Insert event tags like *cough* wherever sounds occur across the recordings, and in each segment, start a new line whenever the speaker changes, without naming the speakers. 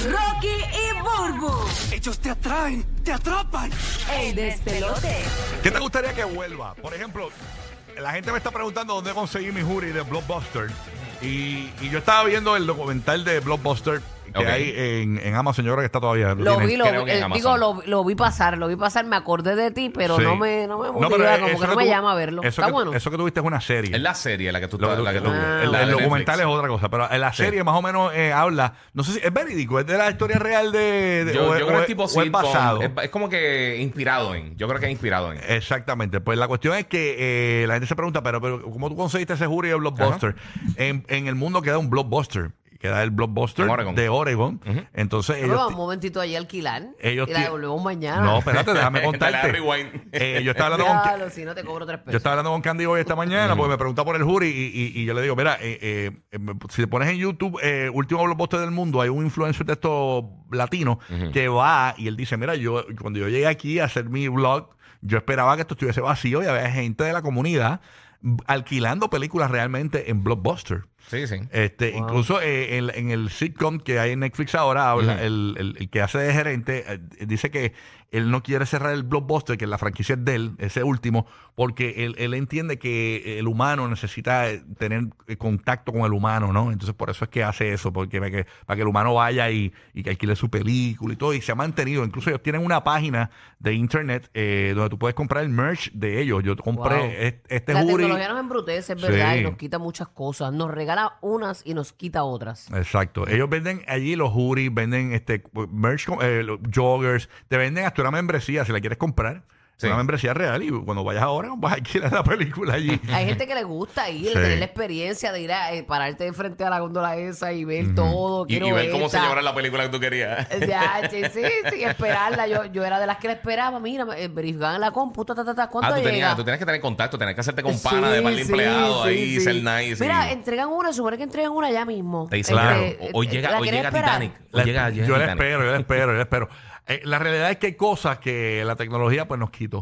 Rocky y Burbu.
Ellos te atraen, te atrapan.
El despelote.
¿Qué te gustaría que vuelva? Por ejemplo, la gente me está preguntando dónde conseguí mi jury de Blockbuster. Y, y yo estaba viendo el documental de Blockbuster que
Ok.
hay eh, en, en Amazon, yo creo que está todavía.
Lo
tienen.
tiene,
vi, lo,
creo que en
eh,
Amazon.
digo, lo, lo vi pasar, lo vi pasar, me acordé de ti, pero
Sí.
no me, no me
No,
motiva,
pero eh,
como
eso
que no me
tú-
llama a verlo.
Eso
Está
que,
bueno.
Eso que tuviste es una serie.
Es la serie la que tú
Lo-
la que tú-
lo- el,
la de
el
Netflix.
documental es otra cosa, pero en la serie más o menos eh, habla, no sé si es verídico, es de la historia real de, de-
Yo,
o-
yo
o-
creo que es tipo
o el
sitcom,
pasado.
Es, es como que inspirado en. Yo creo que es inspirado en.
Exactamente. Pues la cuestión es que eh, la gente se pregunta, pero, pero ¿cómo tú conseguiste ese jury de blockbuster? En, en el mundo queda un blockbuster. Queda el blockbuster
En Oregon.
de Oregon. Entonces
Pero
ellos.
un momentito allí a alquilar
ellos
y la
ti-
devolvemos mañana.
No, espérate, déjame
*laughs* Dale,
contarte.
rewind.
Eh, yo estaba
*laughs*
hablando con.
Claro, si no te cobro tres pesos.
Yo estaba hablando con Candy hoy esta mañana porque me preguntaba por el jury y, y- y yo le digo, mira, eh, eh, eh, si te pones en YouTube, eh, último blockbuster del mundo, hay un influencer de estos latinos que va y él dice, mira, yo cuando yo llegué aquí a hacer mi blog, yo esperaba que esto estuviese vacío y había gente de la comunidad alquilando películas realmente en blockbuster.
Sí, sí.
Este, Incluso eh, en, en el sitcom que hay en Netflix ahora, habla- el, el- el que hace de gerente eh, dice que él no quiere cerrar el blockbuster, que la franquicia es de él, ese último, porque él, él entiende que el humano necesita eh, tener eh, contacto con el humano, ¿no? Entonces por eso es que hace eso, porque para que, para que el humano vaya y, y que alquile su película y todo, y se ha mantenido. Incluso ellos tienen una página de internet eh, donde tú puedes comprar el merch de ellos. Yo compré
Wow.
est- este
la
jury.
tecnología nos embrutece, es verdad,
Sí.
y nos quita muchas cosas. Nos regala unas y nos quita otras.
Exacto. Ellos venden allí los hoodies, venden este merch, con- eh, los joggers, te venden hasta una membresía si la quieres comprar.
Sí.
Una membresía real y cuando vayas ahora vas a alquilar la película allí.
Hay gente que le gusta ir,
*laughs* Sí.
tener la experiencia de ir a eh, pararte de frente a la góndola esa y ver todo.
Y,
quiero
y ver cómo se
esta. Eh,
llevará la película que tú querías.
*laughs*
Ya, sí, sí, sí, esperarla. Yo, yo era de las que la esperaba. Mira, eh, verificaban la compu, ta, ta, ta, ta, ¿cuánto
Ah, tú
llega?
tenías, tú tenías que tener contacto, tenías que hacerte con pana
Sí,
de par de
sí,
empleados
sí,
ahí,
sí.
ser nice.
Mira,
y-
entregan una, supone que entregan una ya mismo.
Te dicen,
Claro.
Este,
hoy
eh,
llega,
¿la
hoy
querés
llega
esperar?
Titanic. Hoy
La-
llega, llega
yo la
Titanic.
espero, yo la espero, yo la
*laughs*
espero. Eh, la realidad es que hay cosas que la tecnología pues nos quitó.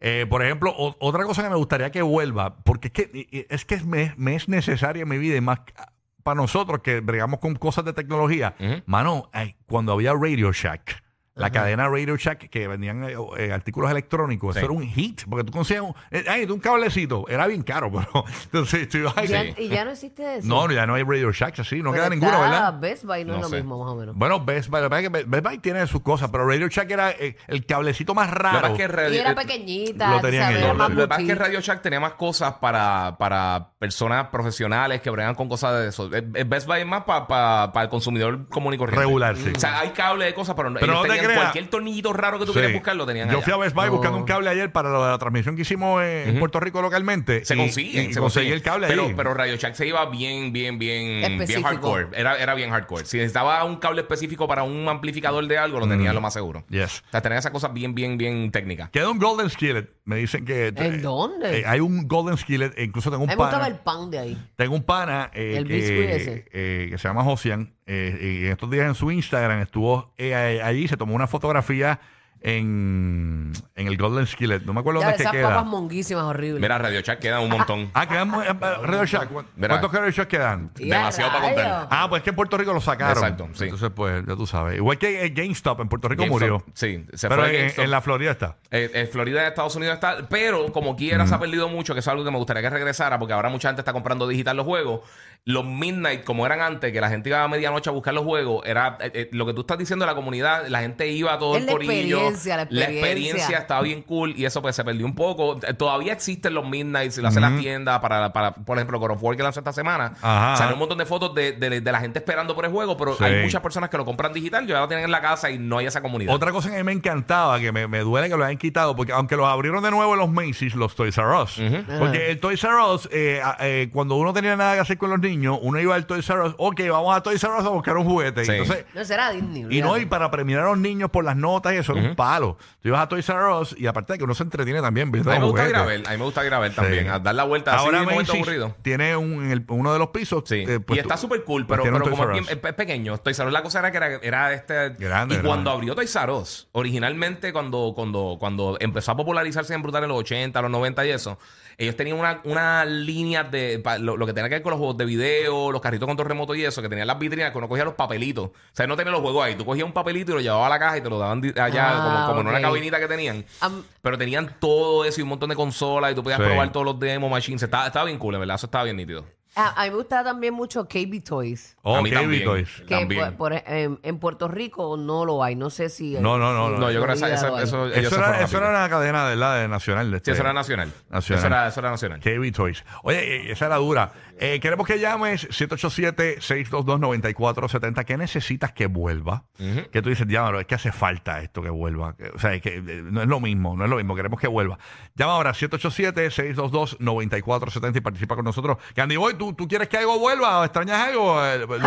Eh, por ejemplo, o- otra cosa que me gustaría que vuelva, porque es que, y- y- es, que me, me es necesaria en mi vida y más ah, para nosotros que bregamos con cosas de tecnología.
Ujú.
Mano, ay, cuando había Radio Shack, la cadena Radio Shack que vendían eh, o- eh, artículos electrónicos,
Sí.
eso era un hit, porque tú conseguías un, eh, ay, de un cablecito, era bien caro, *laughs* pero entonces tú ibas a-
Ya- Y ya no existe eso.
No, ya no hay Radio Shack así, no
Pero
queda ninguno,
está
¿verdad?
Best Buy no,
No
es lo
sé.
mismo, más o menos.
Bueno, Best Buy, lo que pasa es que Best Buy tiene sus cosas, pero Radio Shack era eh, el cablecito más
Lo que
raro.
pasa es que
Y
Radio-
era
eh,
pequeñita,
lo
tú
tenían
sabes,
ellos,
era más
sí.
Lo que pasa es que
buchita.
Radio Shack tenía más cosas para, para personas profesionales que bregan con cosas de eso. El- el Best Buy es más para el consumidor común y corriente.
Regular, sí.
O sea, hay cable de cosas, pero, no-
Pero
ellos
no te
tenían
creas.
cualquier tornillito raro que tú quieras
Sí.
buscar, lo tenían
Yo
allá.
fui a Best Buy buscando un cable ayer para lo de la transmisión que hicimos eh, en Puerto Rico localmente.
Se
y-
consigue,
y
se
conseguí
consiguen.
el cable
pero,
ahí.
pero Radio Shack se iba bien, bien, bien, bien
Específico.
hardcore. Era, era bien hardcore. Si necesitaba un cable específico para un amplificador de algo, lo tenía lo más seguro.
Mm. Yes.
O sea, tenía esas cosas bien, bien, bien técnicas.
Queda un Golden Skillet. Me dicen que.
¿En dónde?
eh, hay un Golden Skillet. e Incluso tengo
A
un
mí me
pana.
gustaba el pan de ahí.
Tengo un pana eh,
El biscuit
que,
ese.
eh, que se llama Josian. eh, y en estos días en su Instagram estuvo eh, eh, allí, se tomó una fotografía en, en el Golden Skillet. No me acuerdo
Ya,
dónde es
esas
que
papas
queda.
monguísimas horribles.
Mira, Radio Shack queda un montón.
Ah, quedan. mu- eh, eh, Radio Shack. ¿cu-
Verá.
¿Cuántos Radio Shack quedan?
Y a
demasiado para contar.
rayos.
Ah, pues es que en Puerto Rico lo sacaron.
Exacto, sí.
Entonces, pues, ya tú sabes. Igual que eh, GameStop en Puerto Rico
GameStop,
murió.
Sí, se
pero
fue
en,
GameStop.
en la Florida está.
Eh, eh, Florida de Estados Unidos está, pero como quiera se ha perdido mucho, que eso es algo que me gustaría que regresara, porque ahora mucha gente está comprando digital los juegos. Los midnight, como eran antes, que la gente iba a medianoche a buscar los juegos, era eh, eh, lo que tú estás diciendo de la comunidad, la gente iba a todo
Es
el
la
corillo.
experiencia, la experiencia.
experiencia estaba bien cool y eso pues se perdió un poco. Eh, Todavía existen los midnight, lo hacen las tiendas para, para, por ejemplo, God of War que lanzó esta semana.
Ajá.
Salió un montón de fotos de, de- de la gente esperando por el juego, pero
Sí.
hay muchas personas que lo compran digital, ya lo tienen en la casa y no hay esa comunidad.
Otra cosa que a mí me encantaba, que me, me duele que lo hayan quitado, porque aunque los abrieron de nuevo en los Macy's, los Toys R Us. Porque el Toys R Us, eh, a- eh, cuando uno tenía nada que hacer con los niños, uno iba al Toys R Us, ok, vamos a Toys R Us a buscar un juguete.
Sí.
Entonces,
No será Disney.
y no,
olvídate.
y para premiar a los niños por las notas y eso era un palo. Tú ibas a Toys R Us y aparte de que uno se entretiene también viendo
A mí me
los
gusta
juguetes.
grabar, a mí me gusta grabar también,
Sí.
a dar la vuelta así
Ahora
en un momento
Macy's
aburrido.
tiene un, en el- uno de los pisos.
Sí,
eh, pues
y
tú-
está súper cool,
pues
pero,
tiene un
pero como es,
Toys R
bien,
Us.
es pequeño, Toys R Us, la cosa era que era, era este...
Grande,
y cuando
grande.
abrió Toys R Us, originalmente cuando, cuando, cuando empezó a popularizarse en Brutal en los 80, los 90 y eso, ellos tenían una, una línea de pa- lo, lo que tenía que ver con los juegos de video, video, los carritos con control remoto y eso, que tenían las vitrinas, que uno cogía los papelitos. O sea, no tenía los juegos ahí. Tú cogías un papelito y lo llevabas a la caja y te lo daban di- allá,
Ah,
como, como en una
ok.
cabinita que tenían.
Am-
Pero tenían todo eso y un montón de consolas y tú podías
Sí.
probar todos los demos, machines. Estaba, estaba bien cool, en ¿verdad? Eso estaba bien nítido.
A, a mí me gustaba también mucho KB Toys.
Oh,
a mí
qué
también.
Vitois.
Que
También.
por- por- en, en Puerto Rico no lo hay. No sé si.
No, no, no,
si
no.
en
No, yo creo que esa-
Florida
esa-
lo hay.
eso, ellos
Eso
se
era, eso
fueron así.
era una cadena, ¿verdad? De nacional. de este-
Sí, eso era nacional.
Nacional.
Eso era, eso era nacional. *laughs*
Heavy Toys. Oye, eh, esa era dura. Eh, queremos que llames 787-622-9470. ¿Qué necesitas que vuelva? Que tú dices, diablo, es que hace falta esto que vuelva. Que- O sea, es que eh, no es lo mismo, no es lo mismo. Queremos que vuelva. Llama ahora 787-622-9470 y participa con nosotros. Candy Boy, ¿tú, tú quieres que algo vuelva o extrañas algo? Eh, lo-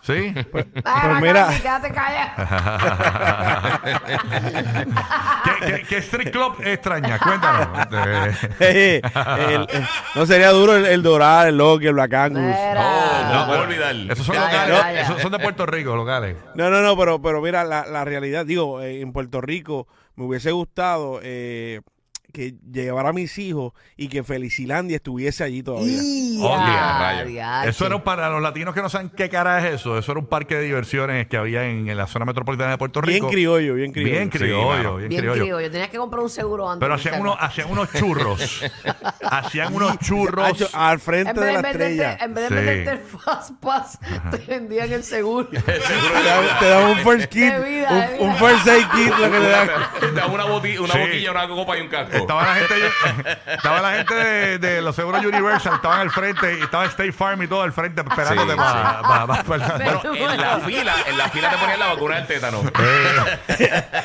¿Sí? *laughs*
Ah,
Pues
Candy,
mira.
quédate callada.
¿Qué, qué, qué Street Club extraña? Cuéntanos. Este,
*laughs* El- el- no sería duro el, el Doral, el Loki, el Black Angus.
Mira.
Ah, No, voy a olvidar.
Esos son
Ya, ya,
locales,
ya, ya.
esos son de Puerto Rico, locales.
No, no, no, pero, pero mira, la, la realidad, digo, eh, en Puerto Rico me hubiese gustado eh, que llevara a mis hijos y que Felicilandia estuviese allí todavía.
Y-
Oh, yeah,
ah,
rayo.
diache.
Eso era un para los latinos que no saben qué cara es eso. Eso era un parque de diversiones que había en, en la zona metropolitana de Puerto
Bien
Rico.
criollo, bien criollo.
Bien
Sí,
criollo,
mano.
bien
Bien
criollo.
criollo. Tenías que comprar un seguro antes.
Pero
no
hacían
sé.
unos, hacían unos
*laughs*
churros. hacían unos churros.
Hacho, ah, al frente
En vez,
de la
en vez de
estrella.
te- en vez de
Sí.
meterte el Fast Pass, *laughs* te vendían el seguro.
Te dan- te dan un first
*laughs*
kit,
De vida, de
un, un
vida.
first aid kit, lo que te dan.
*laughs* Te daba una, boti- una
Sí.
boquilla, una copa y un
*laughs*
casco.
Estaba la gente, *laughs* estaba la gente de, de los seguros Universal, estaban al frente, y estaba State Farm y todo al frente
Ah,
esperándote
Sí,
para,
Bueno, en la fila, en la fila te ponían la vacuna
*laughs*
del tétano.
eh,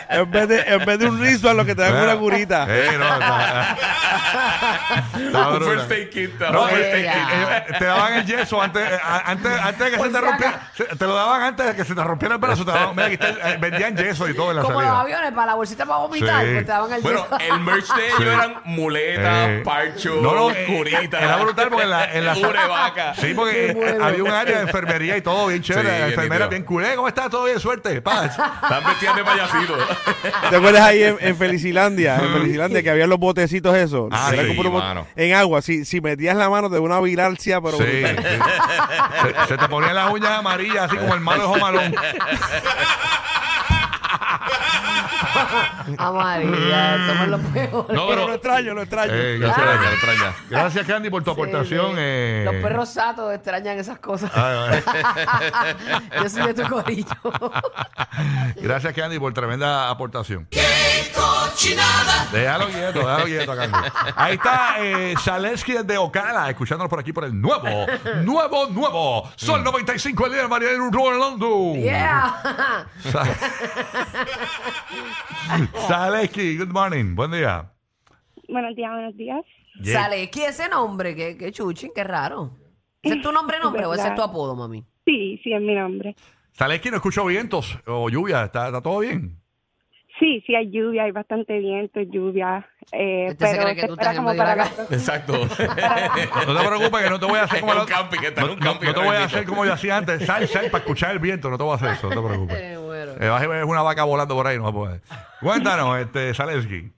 En vez de, en vez de un rizo, lo que te dan
*laughs*
una
Eh,
curita.
*laughs* Un first aid kit. estaba
No,
un first
eh,
aid
eh,
kit.
Ella.
eh, te daban el yeso antes, eh, a- antes, antes de que
Por
se te
si
rompiera. se- Te lo daban antes de que se te rompiera el brazo. Te daban, mira, aquí está el- eh, vendían yeso y todo en la
Como los
salida.
aviones, para la bolsita para vomitar,
Sí.
pues te daban el
Bueno,
*laughs*
el merch de ellos
Sí.
eran muletas,
Eh,
parchos,
no, no, eh,
curitas.
Era brutal porque en la. En la
cubre vaca.
Sí, porque
Qué
eh,
bueno.
había un área de enfermería y todo bien chévere.
Sí,
la
bien
enfermera
nítido.
bien culé. ¿Cómo está? ¿Todo bien? Suerte.
*laughs*
Paz.
Están vestidas de payasito. *laughs*
¿Te acuerdas ahí en, en Felicilandia? En Felicilandia que había los botecitos esos.
Ah,
Era
sí,
como unos bot-
mano.
En agua. Si, si metías la mano, te daba una virancia, pero
Sí,
brutal.
sí. Se, se te ponían las uñas amarillas, así como el malo
*laughs*
de Jomalón.
Ah, Amarilla, somos los peores.
No, pero-
Pero lo extraño, lo extraño.
Eh, gracias, Candy, extraña. Gracias, Candy, por tu aportación.
Sí, sí.
eh. Ah,
Los perros satos extrañan esas cosas. *laughs* Yo soy de tu
*laughs*
corillo.
Gracias, Candy, por tremenda aportación. ¡Qué cochinada! Déjalo quieto, déjalo quieto, Candy. Ahí está eh, Zaleski de Ocala, escuchándonos por aquí por el nuevo, nuevo, nuevo.
Mm.
Sol 95, el líder María del Rolando.
Yeah.
Sa- Zaleski, good morning, buen día.
Buenos días, buenos días.
Yeah.
Sale, ¿qué ese nombre? ¿Qué, qué chuchín? Qué raro. ¿Ese *laughs* es tu nombre, nombre o ese es tu apodo, mami?
Sí, sí, es mi nombre.
Zaleski, no escucho vientos o lluvia, ¿está, está todo bien?
Sí, sí, hay lluvia, hay bastante viento, lluvia. Eh,
Este se
pero
cree que
se
tú
espera
estás en
como
medio de la
para
calle.
la próxima.
Exacto.
No te preocupes que no te voy a
*laughs*
hacer como
Está en
la
un camping, está en
no,
un
no-
camping
no te
ahora
voy a
mismo.
hacer como yo hacía antes, sal, sal para escuchar el viento, no te voy a hacer eso, no te preocupes.
Eh, bueno.
Eh, vas a ver una vaca volando por ahí, no va a poder.
*laughs*
Cuéntanos, este, Zaleski.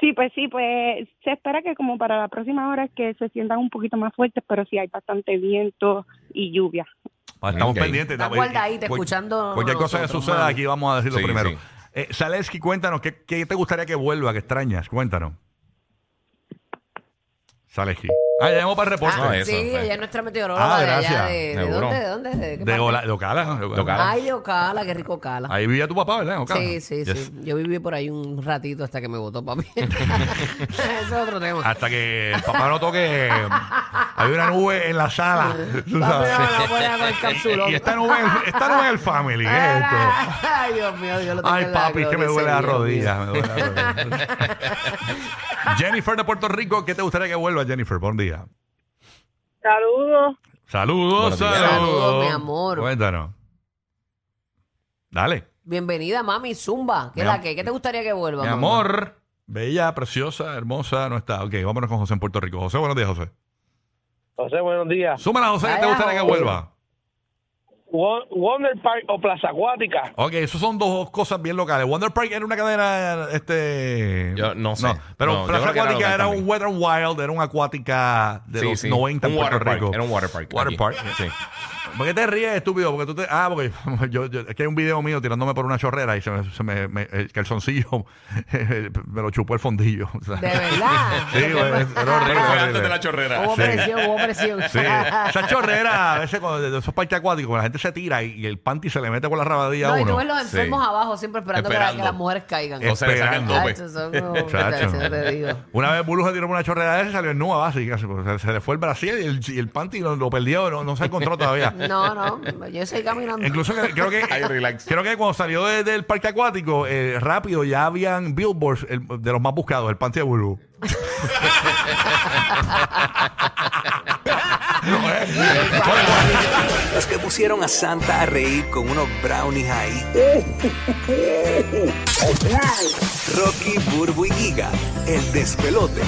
Sí, pues sí, pues se espera que como para la próxima hora que se sientan un poquito más fuertes, pero sí hay bastante viento y lluvia.
Ah, Estamos
Ok.
pendientes.
Está
estamos-
guardadita,
cual-
escuchando
Cualquier cosa que
nosotros,
suceda
mami.
aquí vamos a decirlo
Sí,
primero.
sí.
Eh, Zaleski, cuéntanos, ¿qué, qué te gustaría que vuelva, que extrañas? Cuéntanos. Zaleski. Ah, ya llamó para el reporte.
Ah,
sí,
eso, eh.
ella es nuestra meteoróloga
Ah,
de allá.
gracias.
De, ¿de
Seguro.
dónde? ¿De dónde? ¿De qué
de
parte?
Ola- de Ocala. ¿no? De Ocala.
Ocala.
Ay, de Ocala, qué rico Ocala.
Ahí vivía tu papá, ¿verdad? en Ocala.
Sí, sí,
Yes.
sí. Yo viví por ahí un ratito hasta que me votó
*laughs*
papi. *laughs* Ese es otro tema.
Hasta que el papá notó que
*laughs*
hay una nube en la sala. tú
Papi,
sabes.
no, no, fuera con el
*laughs*
capsulón.
y esta nube, esta nube es el family. ¿qué es esto?
*laughs* Ay, Dios mío, yo lo tengo
Ay,
en la
papi, es que me
gloria,
duele la
Señor mío.
rodilla. me duele la rodilla.
*laughs*
Jennifer de Puerto Rico, ¿qué te gustaría que vuelva, Jennifer? Buen día.
Saludos.
Saludos,
Buenos días.
saludos.
Saludos, mi amor.
Cuéntanos. Dale.
Bienvenida, mami, Zumba. ¿Qué
Mi
es la
am-
que? ¿Qué te gustaría que vuelva?
Mi
mamá?
amor, bella, preciosa, hermosa, no está. Ok, vámonos con José en Puerto Rico. José, buenos días, José.
José, buenos días.
Súmala, José, ¿qué te
Vaya,
gustaría que
José.
vuelva?
Won- Wonder Park o Plaza Acuática.
Ok, esos son dos cosas bien locales. Wonder Park era una cadena, este...
Yo no sé.
pero
No, yo
Plaza
creo que era
Acuática
local
era,
también.
un Wet n Wild, era una acuática *laughs* de
Sí,
los
sí.
90 en
Un
Puerto
water park,
Rico.
era un water park
Water
aquí.
park.
Sí.
¿Por qué te ríes, estúpido? Porque tú te... Ah, porque *laughs* yo, yo- es que hay un video mío tirándome por una chorrera y se me, se me- me- el calzoncillo *laughs* me lo chupó el fondillo. *laughs* o sea.
De verdad.
Sí, güey, es- era horrible.
Ah, Pero fue antes
horrible.
de la chorrera.
Hubo
Sí.
presión, hubo presión. *laughs*
Sí, esa chorrera, a veces cuando, de esos parques acuáticos, la gente se tira y, y el panty se le mete por la rabadilla
No,
a
y tú
uno.
ves los enfermos
Sí.
abajo siempre esperando, para
Esperando.
que las mujeres caigan.
O se le saca el
Esperando.
Ay,
dope.
esos son como-
Chacho.
Yo te digo.
Una vez Bulu se tiró por una chorrera de esa y salió en nua básicamente. pues, Se, se le fue el Brasil y el, y el panty lo, lo perdió, no, no se encontró todavía.
No, no, yo estoy caminando.
Incluso que- creo que
*laughs* Ay, relax.
creo que cuando salió de- del parque acuático, eh, rápido ya habían billboards el- de los más buscados, el panty de Bulu.
*laughs*
*laughs* eh.
Los que pusieron a Santa a reír con unos brownies ahí. Rocky, Burbu y Giga, el despelote.